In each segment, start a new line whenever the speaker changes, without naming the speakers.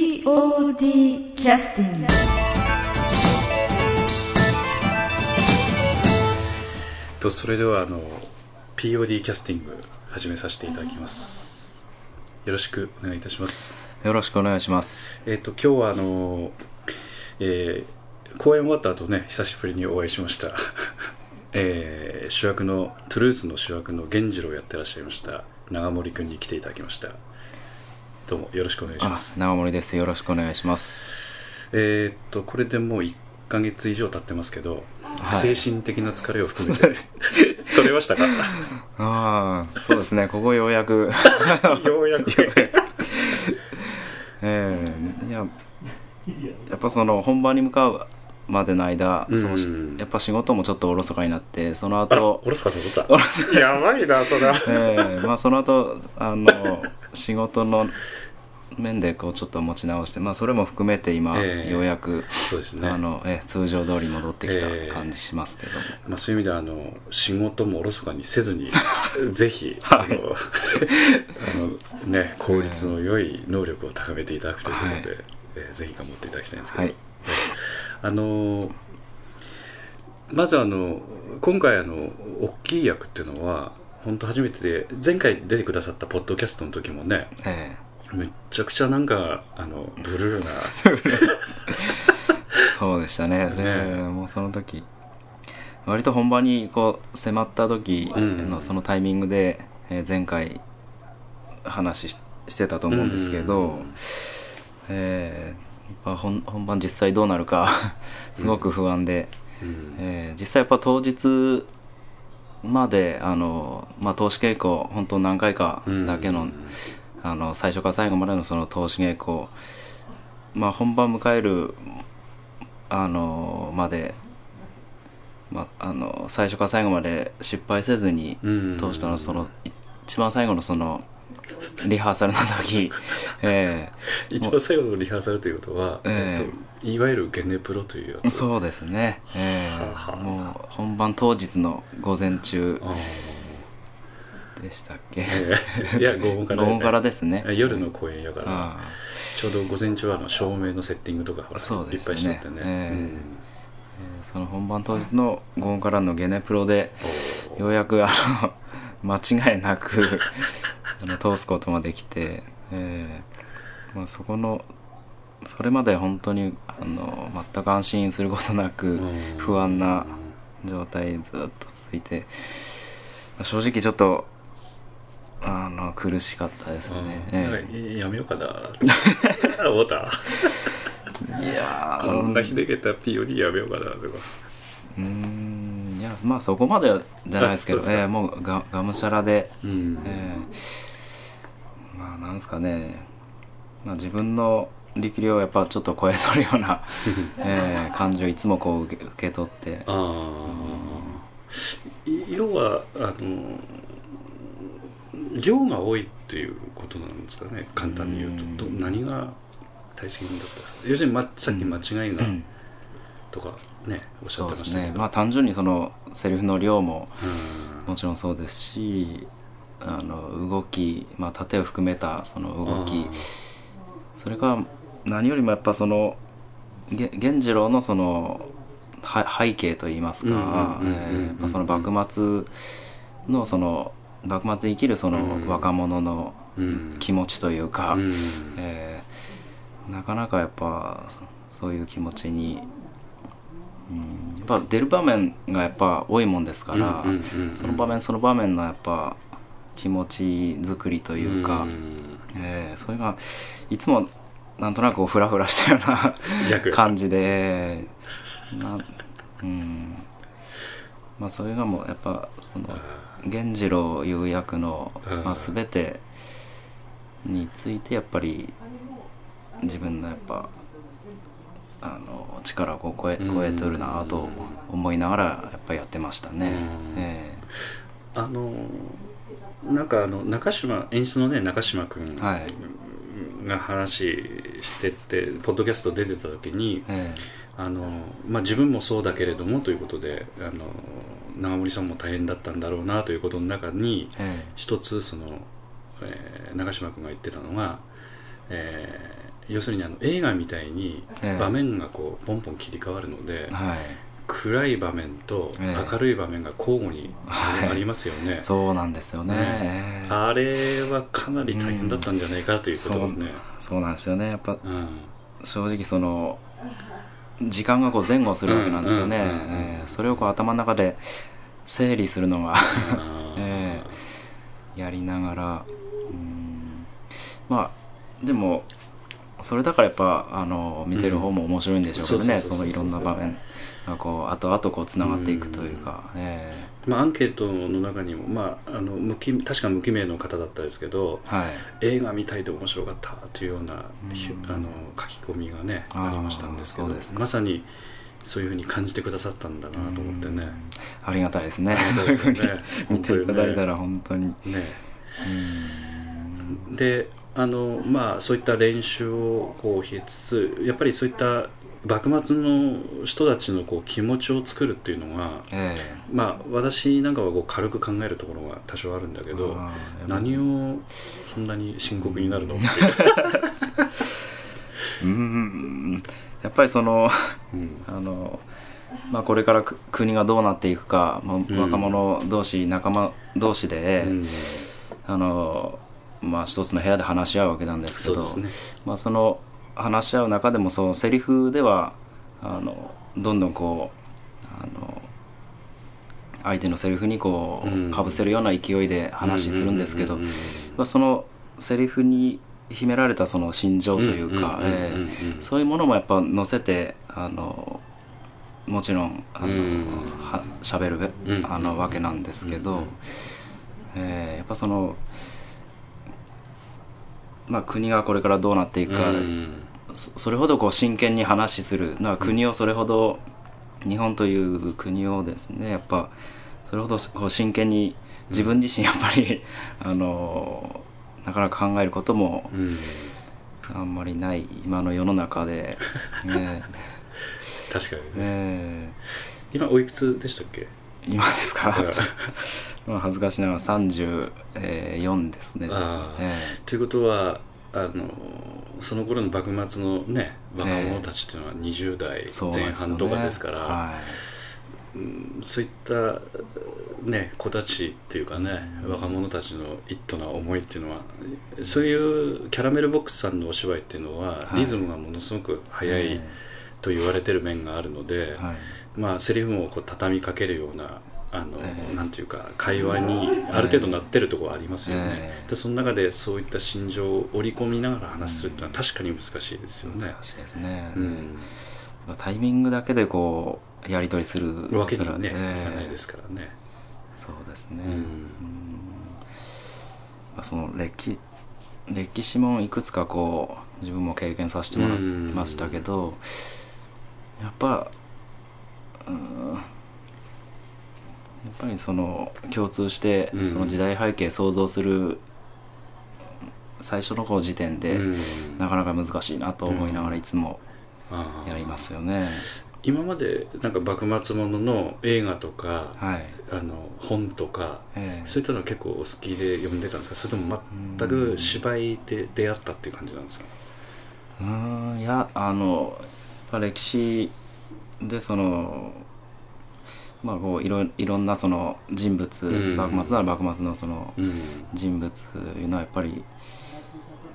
POD キャスティング
とそれではあの POD キャスティング始めさせていただきますよろしくお願いいたします
よろしくお願いします。
えっ、と今日はあの、えー公演終わった後ね久しぶりにお会いしました えー主役のトゥルースの主役の源次郎をやってらっしゃいました長森くんに来ていただきましたどうもよろしくお願いし
あ
ます、
長森です。よろしくお願いします。
えーっとこれでもう1ヶ月以上経ってますけど、
はい
精神的な疲れを含 めて取れましたか
ああ、そうですね。ここようやく、
ようやく
えーいや、やっぱその本番に向かうまでの間、
うん
そのしやっぱ仕事もちょっとおろそかになって、その
あら
後
お、ろすかと思った
おろそ
やばいなそれは
えーまあその後、あの、仕事の面でこうちょっと持ち直して、まあそれも含めて今、
ええ
ようやく、
そうですね
あの、えー通常通り戻ってきた
ええ
感じしますけども。
まあ、そういう意味ではあの仕事もおろそかにせず にぜひ、あのあの、ね、効率の良い能力を高めていただくということで、
はい
えーぜひ頑張っていただきたいんですけど、
はい。
あのまずあの今回あの大きい役っていうのは本当初めてで前回出てくださったポッドキャストの時もね
え
めっちゃくちゃなんかあのブルー な
えそうでしたね。
ね
ええもうその時、割と本番にこう迫った時
うんうん
のそのタイミングで、えー前回話ししてたと思うんですけど、
うん
ええやっぱ本本番実際どうなるか すごく不安で、
うん
えー実際やっぱ当日まであの、まあ、投資稽古本当何回かだけの,、あの最初から最後までのその投資稽古、まあ、本番迎えるあのまで、まあ、あの最初から最後まで失敗せずに
うん
通したのそのい一番最後のそのリハーサルの 時、え
一番最後のリハーサルということは、え
え
っと、いわゆるゲネプロというや
ー
つ
そうですね、え
は
ー
あはあ
もう本番当日の午前中
あー
でしたっけ
ええい や午後から,、
午後からですね
夜の公演やから
あ
ちょうど午前中はあの照明のセッティングとかほら
そう
い
で
っ
す
ぱ
ね
いしちゃってね、
ええ
うん
あえーその本番当日の午後からのゲネプロで
おー
ようやくあの 間違いなくあの通すことができて、えーまあ、そこのそれまで本当にあの全く安心することなく
うん
不安な状態ずっと続いてまあ正直ちょっとあの苦しかったです
う
ね
ん、なん
え
かいやめようかな と思った
えいやー
こんなひでけた POD やめようかなとか
うーんいやまあそこまではじゃないですけど
あそうですか
ええもうががむしゃらで
うん
ええまあなんですかね、まあ、自分の力量をやっぱちょっと超えとるよう な、ええ感じをいつもこう受け受け取って
ああ、い色はあの量が多いっていうことなんですかね簡単に言うと
うん
ど何が大事なんだったんですか要するに、ま、さっき間違いが
ん
とかね、おっしゃ
そ
っ
う
て
で
まし
す
たけ
ね
ど、
まあ単純にそのセリフの量も
うん
もちろんそうですしあの動き、まあ、盾を含めたその動きそれから何よりもやっぱそのげ源次郎のそのは背景といいますか
う
え
んうんうんうんうん
ーやっぱその幕末のその幕末に生きるそ
うん
の若者の
うん
気持ちというか、
うん
えーなかなかやっぱそそういう気持ちに、うん、やっぱ出る場面がやっぱ多いもんですから、
うんうんうん
その場面その場面のやっぱ気持ち作りというか。
ん
えーそれがいつもなんとなくこうフラフラしたような
逆
感じでなうんまあそれがもうやっぱその
あ
源次郎いう役の、
うん
まあ、全てについてやっぱり自分のやっぱあの力をこう超え超えとるなと思いながらやっぱりやってましたね。
うん
え
ーあのなんかあの中島演出のね中島君
えはい
が話しててポッドキャスト出てた時に
え
あの、まあ、自分もそうだけれどもということであの長森さんも大変だったんだろうなということの中に
ええ
一つその、えー長嶋君が言ってたのが、えー要するにあの映画みたいに
ええ
場面がこうポンポン切り替わるので、
はい
暗い場面と
ええ
明るい場面が交互に
はい
ありますよね、
そうなんですよねええ
あれはかなり大変だったんじゃないかということもね、
そうなんですよねやっぱ
うん
正直その時間がこう前後するわけなんですよね、
うんうんうんうん
えーそれをこう頭の中で整理するのが
あー
え やりながらうんまあでもそれだからやっぱあの見てる方も面白いんでしょうけど
うんそ
ね
う
そ
そうそうそう
のいろんな場面がこう後々こうつながっていくというか、え
まあ、アンケートの中にも、まあ、あの無記確か無記名の方だったですけど
ーはい
映画見たいと面白かったというような、
うん
ひあの書き込みがね
あー
ありましたんですけど
そうですか
まさにそういうふうに感じてくださったんだなと思ってね。
うんありがたいですね
そうですよね
見ていただいた
本
ら本当に
当にねね
うん
であのまあそういった練習をこう経つつやっぱりそういった幕末の人たちのこう気持ちを作るっていうのが
え
まあ私なんかはこう軽く考えるところが多少あるんだけ
え
ど
あーやっぱ
何をそんなに深刻になるのって
うんやっぱりその
うん
あの、まあ、これからく国がどうなっていくか、まあ
ん
若者同士、仲間同士で、
うん
あのまあ、一つの部屋で話し合うわけなんですけ
そう
ど
ですね
まあ、その話し合う中でもそのセリフではあのどんどんこうあの相手のセリフにこ
うん
うかぶせるような勢いで話するんですけど
ううう
まあそのセリフに秘められれたその心情というか。
うんうん
え
うんうん
えそういうものもやっぱ載せてあのもちろんあの、
うん
はしゃべるべ、
うん
あのわけなんですけ
う
ど、
ん
えーやっぱその、まあ、国がこれからどうなっていくか、
うん
そそれほどこう真剣に話しするなんか国をそれほど、日本という国をですねやっぱそれほどこう真剣に自分自身やっぱり、あのなかなか考えることも
うん
あんまりない今の世の 中で、ね
確かにね
え
今おいくつでしたっけ
ー今ですか
あら
まあ恥ずかしながら34ですね
あー
え
ということはあのその頃の幕末のね若者たちっていうのは20代
えそうなん
前
ですよ
半
ね
とかですから、うん
は
そういった、ね、子たちっていうかね若者たちの一途な思いっていうのはそういうキャラメルボックスさんのお芝居っていうのは、
はい
リズムがものすごく
い
速い
え
と言われてる面があるので、
えはい
まあ、セリフもこう畳みかけるようなあの、
ええ
なんていうか会話にある程度なってるところはありますよね、
ええ
でその中でそういった心情を織り込みながら話するっていうのは確かに難しいですよね。
難しいですね、
うん、
まあタイミングだけでこうやり取りする
わけにはね、い
え
かない
え
ですからね。
そうですね、
うん
うんまあ、その歴歴史もいくつかこう自分も経験させてもらいましたけど、やっぱうんやっぱりその共通して
うん
その時代背景想像する最初のこう時点で、
うん
なかなか難しいなと思いながらいつも
ああ
やりますよね、
今までなんか幕末ものの映画とか、
はい、
あの本とか
ええ
そういったのは結構お好きで読んでたんですかそれとも全く芝居で出会ったっていう感じなんですか
うーんいやあのやっぱ歴史でそのまあこういろいろんなその人物、
うん
幕末なら幕末のその
うん
人物というのはやっぱり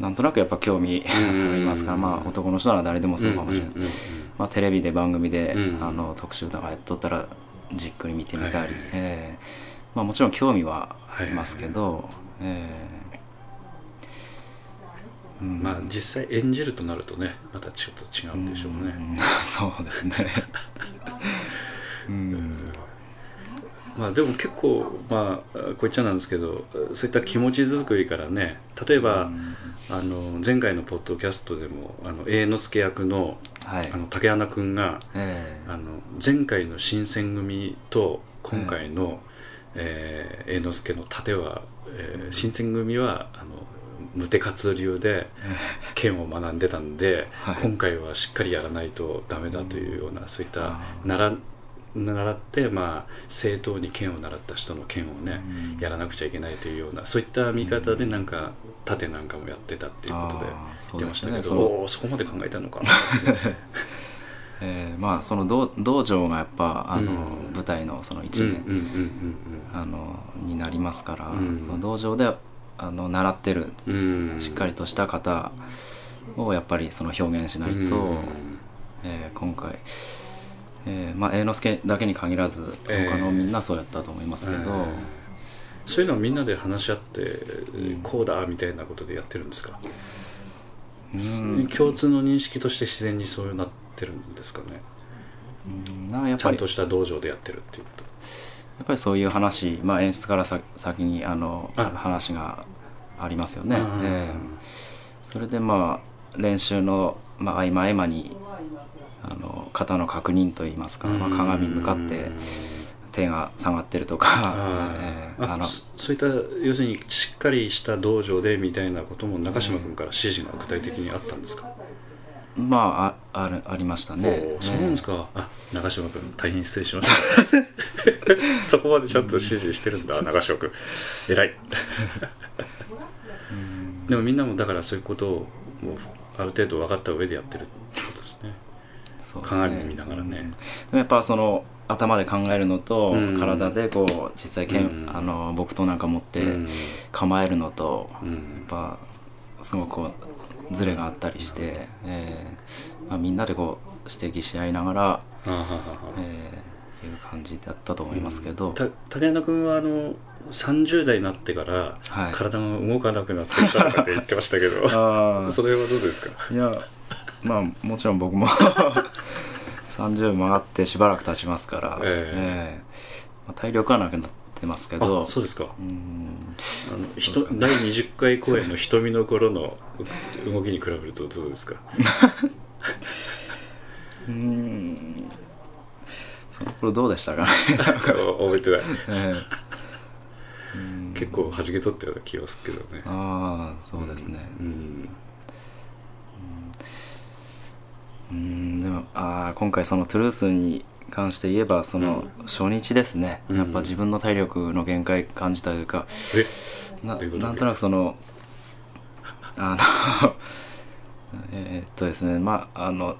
なんとなくやっぱ興味
うん
ありますから、まあ、男の人なら誰でもそうかもしれないです、
うんうん
まあ、テレビで番組で、
うん
あの特集とかやっとったらじっくり見てみた
は
り、
い
ええまあ、もちろん興味はありますけど、ええう
うん
ん
まあ実際演じるとなるとねまたちょっと違うんでしょうね、
んそうですね。うん。
まあでも結構まあこう言っちゃなんですけどそういった気持ち作りからね例えば、あの前回のポッドキャストでもあの永之助役の
はい
あ。の竹穴君が
ええ
あの前回の新選組と今回の、えー、猿之助の盾は、えー新選組はあの無手活流で剣を学んでたんで、
はい
今回はしっかりやらないとダメだというようなそういった
あー
なら習って、まあ、正当に剣を習った人の剣をね、やらなくちゃいけないというようなそういった見方でなんか盾なんかもやってたっていうことで
あー
言って
そうで
まし
す
た
ね
けど、
その
おおーそこまで考えたのかな
えーまあその道道場がやっぱあの、
うん
舞台 のその一
うんうん
年、
うん
あのになりますから、
うん
その道場であの習ってる
うんうんうん
しっかりとした方をやっぱりその表現しないと、
うん
えー今回、えーまあ、猿之助だけに限らず
えー
他のみんなそうやったと思いますけど、
うんそういうのをみんなで話し合って、
ん
こうだみたいなことでやってるんですか、
うん
共通の認識として自然にそうなってるんですかね
うんなやっ
ちゃ
ぱ
ん
り
とした道場でやってるっていうこと
やっぱりそういう話、まあ、演出からさ先にあの
あ
話がありますよね、
うん
ええそれでまあ練習の、まあ、合間合間にあの型の確認といいますか、まあ、鏡に向かって手が下がってるとか
あ、
ええ
ー
あ
あ
の
そそういった要するにしっかりした道場でみたいなことも中島君から指示が具体的にあったんですか、
まあああるありましたね
おーそうなんです
え
か、あ中島君大変失礼しましたそこまでちゃんと指示してるんだ中島君偉いでもみんなもだからそういうことをもうある程度分かった上でやってるってことですね
えそうですね
鏡見ながらね、
うんでもやっぱその頭で考えるのと、
うん
体でこう実際剣、
うん
あの木刀なんか持って
うん
構えるのと、
うん
やっぱすごくこうズレがあったりして、えーまあ、みんなでこう指摘し合いながら、
あーはーはーはー
えーいう感じだったと思いますけど、
た竹山君はあの30代になってから、
はい
体が動かなくなってきたとかって言ってましたけど
あー
それはどうですか
いやまあもちろん僕も 30回ってしばらく経ちますから、
え
えーまあ、体力はなくなってますけど
あそうですか
うん
あのひ
そう
と
ですか
第20回公演の瞳の頃の動きに比べるとどうです か
うんその頃どうでしたかね、
なんか覚えてない
えーうん
結構弾けとったような気がするけどね
ああそうですね、
うん
うーんでもあー今回そのトゥルースに関して言えばその初日ですね、
うん
やっぱ自分の体力の限界感じたというか、
え
な
どういうこと
なんとなくそのあの えーっとですねまああの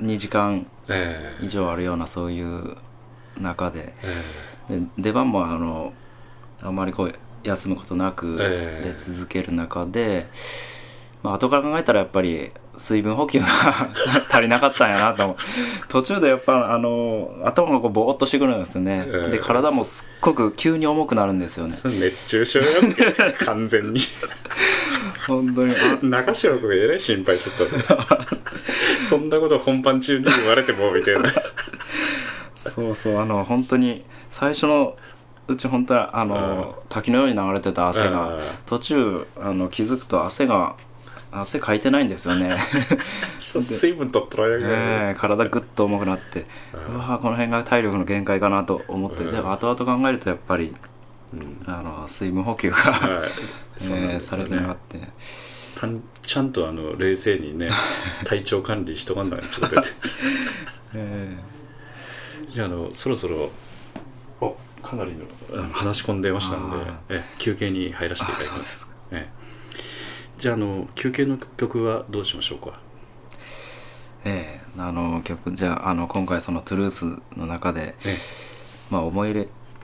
2時間
ええ
以上あるようなそういう中で
え
で出番もあのあまりこう休むことなく
ええ
で続ける中で、まあ後から考えたらやっぱり水分補給が 足りなかったんやなと思う途中でやっぱあの頭がこうボーっとしてくるんですよね、
ええ
で体もすっごく急に重くなるんですよね
えそれ熱中症よ完全に
本当にあ
中島君がえらい心配しとったの そんなこと本番中に言われてもみたいな
そうそうあの本当に最初のうち本当はあの、滝のように流れてた汗が、
うん
途中あの気づくと汗が汗かいてないんですよね
そう水分取っとられるから
ええ体ぐっと重くなって、
う
うんわーこの辺が体力の限界かなと思って、
うん
でも後々考えるとやっぱり
うん
あの水分補給が、
はいそうなん
えー
です
さ
よね
れてなかっ
た
た、
んちゃんとあの冷静に ね体調管理しとかんないとって
え
じゃああのそろそろおかなりのあの話し込んでましたんで
あ
え休憩に入らせていただき
あそう
ま
ですす
ええじゃああの休憩の曲はどうしましょうか
ええあの曲じゃああの今回そのトゥルースの中で、
え
まあ、思い入れ、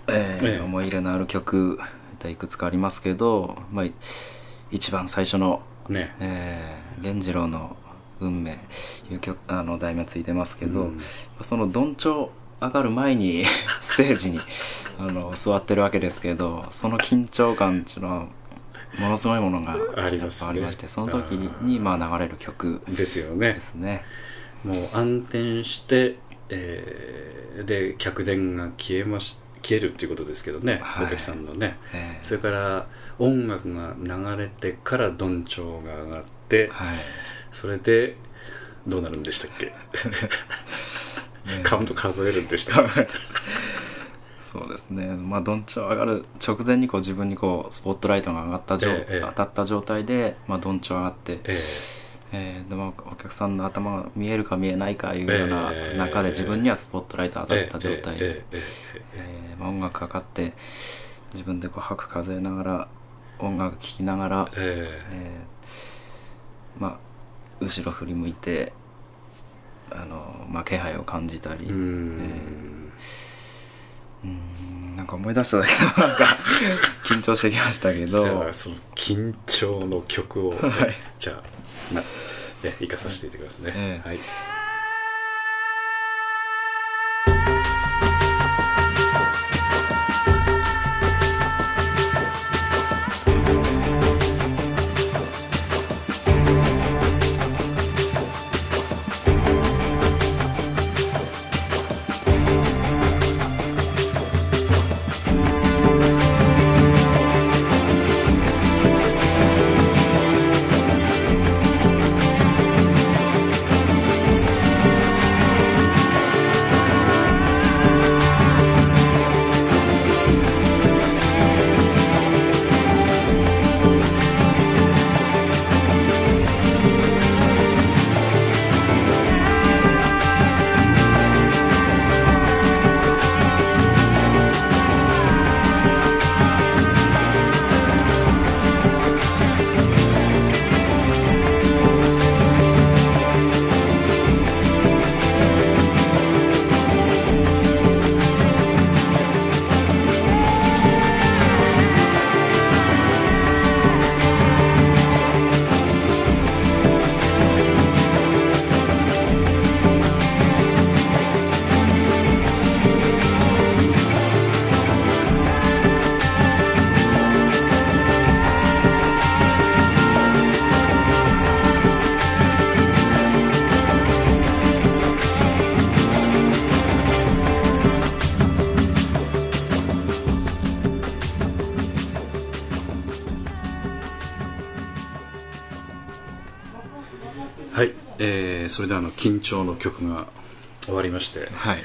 ええ
ええ
思い入れのある曲いくつかありますけど、まあ、い一番最初の
えねえ
えー源次郎の運命いう曲あの題名ついてますけど、
うん
そのどんちょう上がる前に ステージにあの座ってるわけですけどその緊張感っていうのはものすごいものが
あり
や
ま
っ
すね
ぱありましてその時にまあ流れる曲
ですよね
ですね。
もう暗転して、えーで客電が消えまし消えるっていうことですけどね、
はい
お客さんのね
えー
それから音楽が流れてからどんちょうが上がって、
はい
それでどうなるんで したっけ
えー
カウント数えるんでしたっけ
そうですね、まあ、どんちょう上がる直前にこう自分にこうスポットライトが上がった状、
ええええ
当たった状態で、まあ、どんちょう上がって、
え
えーでもお客さんの頭が見えるか見えないかいうような
えー
中で自分にはスポットライト当たった状態
え、え
で
ええええ
えーまあ音楽かかって自分でこう吐く数えながら音楽聴きながら、
ええ
えーまあ後ろ振り向いてあの、まあ、気配を感じたり、
うーん
うんなんか思い出しただけで なんか緊張してきましたけど
じゃあその緊張の曲を、
はい
じゃあな、ね、生かさせていただきますね、
ええ
はいはい、えーそれではあの緊張の曲が終わりまして
はい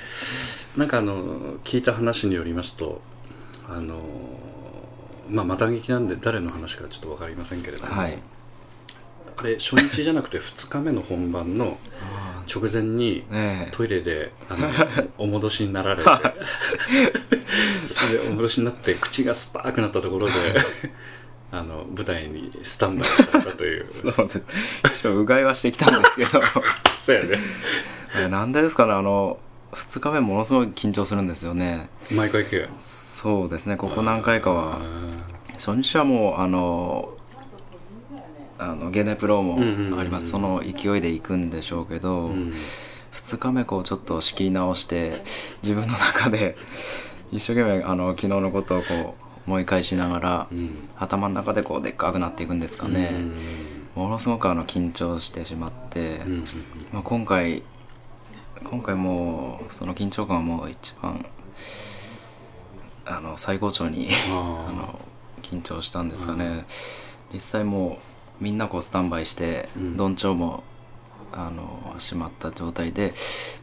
なんかあの聞いた話によりますとあのまあまた劇なんで誰の話かちょっと分かりませんけれども、
はい
あれ初日じゃなくて2日目の本番の直前に
ねえ
トイレであのお戻しになられてそれでお戻しになって口がスパーくなったところであの舞台にスタンバイされたという
そうです一応うがいはしてきたんですけど
そうやね
えなんでですかねあの2日目ものすごい緊張するんですよね
毎回行くよ
そうですねここ何回かは初日はもうあのあのゲネプロも
うんうんうん
あります、その勢いで行くんでしょうけど、
うん
2日目こうちょっと仕切り直して自分の中で一生懸命あの昨日のことをこう思い返しながら、
うん
頭の中でこうでっかくなっていくんですかね、ものすごくあの緊張してしまって、
うんうん
まあ、今回今回もうその緊張感はもう一番あの最高潮に あ
あ
の緊張したんですかね、実際もうみんなこうスタンバイして、
うん
どんちょうもあの閉まった状態で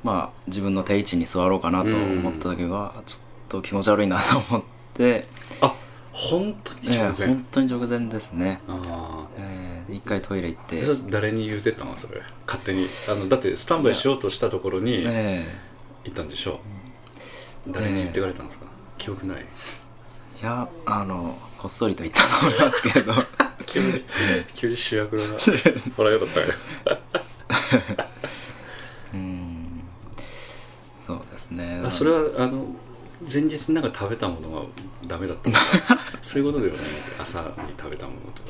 まあ自分の定位置に座ろうかなと思った時は、ちょっと気持ち悪いなと 思って、
ああ本当に直
ええ
前、
本当に直前ですね、
あ
ええ一回トイレ行って
あそれ誰に言うてたのそれ勝手にあのだってスタンバイしようとしたところに行
ええ
ったんでしょう誰に言ってかれたんですか記憶ない
いやあのこっそりと言ったと思いますけ ど
急に急に主 役の笑いよかったね
うんそうですね
あそれはあの前日になんか食べたものがダメだ ったとかそういうことではない朝に食べたものとか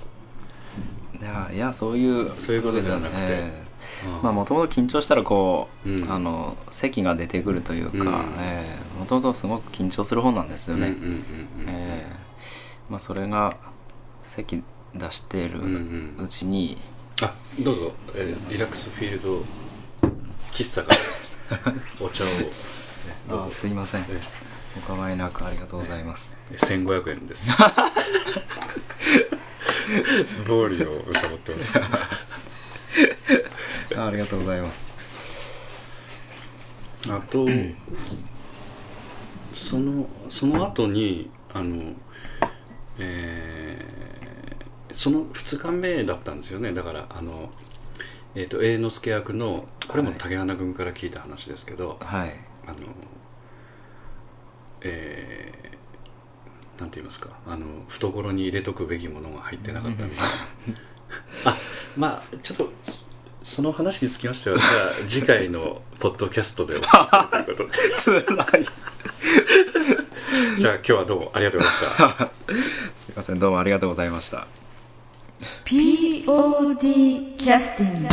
いやいやそういう
そういうことではなくて
ええ
あ
まあもともと緊張したらこう、
うん
あの席が出てくるというか
うん
もともとすごく緊張する方なんですよ
うんうん
ね、
うんうん
ええまあ、それが席出してる
うんうん
うちに、
あどうぞ、えーリラックスフィールド喫茶からお茶をねどう
あ
ぞ
すいません
え
お構いなくありがとうございます、
ー1500円です暴利をうさぼってます
あありがとうございます
あとそのその後にあのえーその2日目だったんですよねだからあのえー、と栄之助役のこれも竹花君から聞いた話ですけど、
はい
あのえー、なんて言いますかあの懐に入れとくべきものが入ってなかったみたいなあまあちょっとそその話につきましてはじゃあ次回のポッドキャストでお話しするということで
つらい
じゃあ今日はどうもありがとうございました
すいませんどうもありがとうございました
POD キャスティング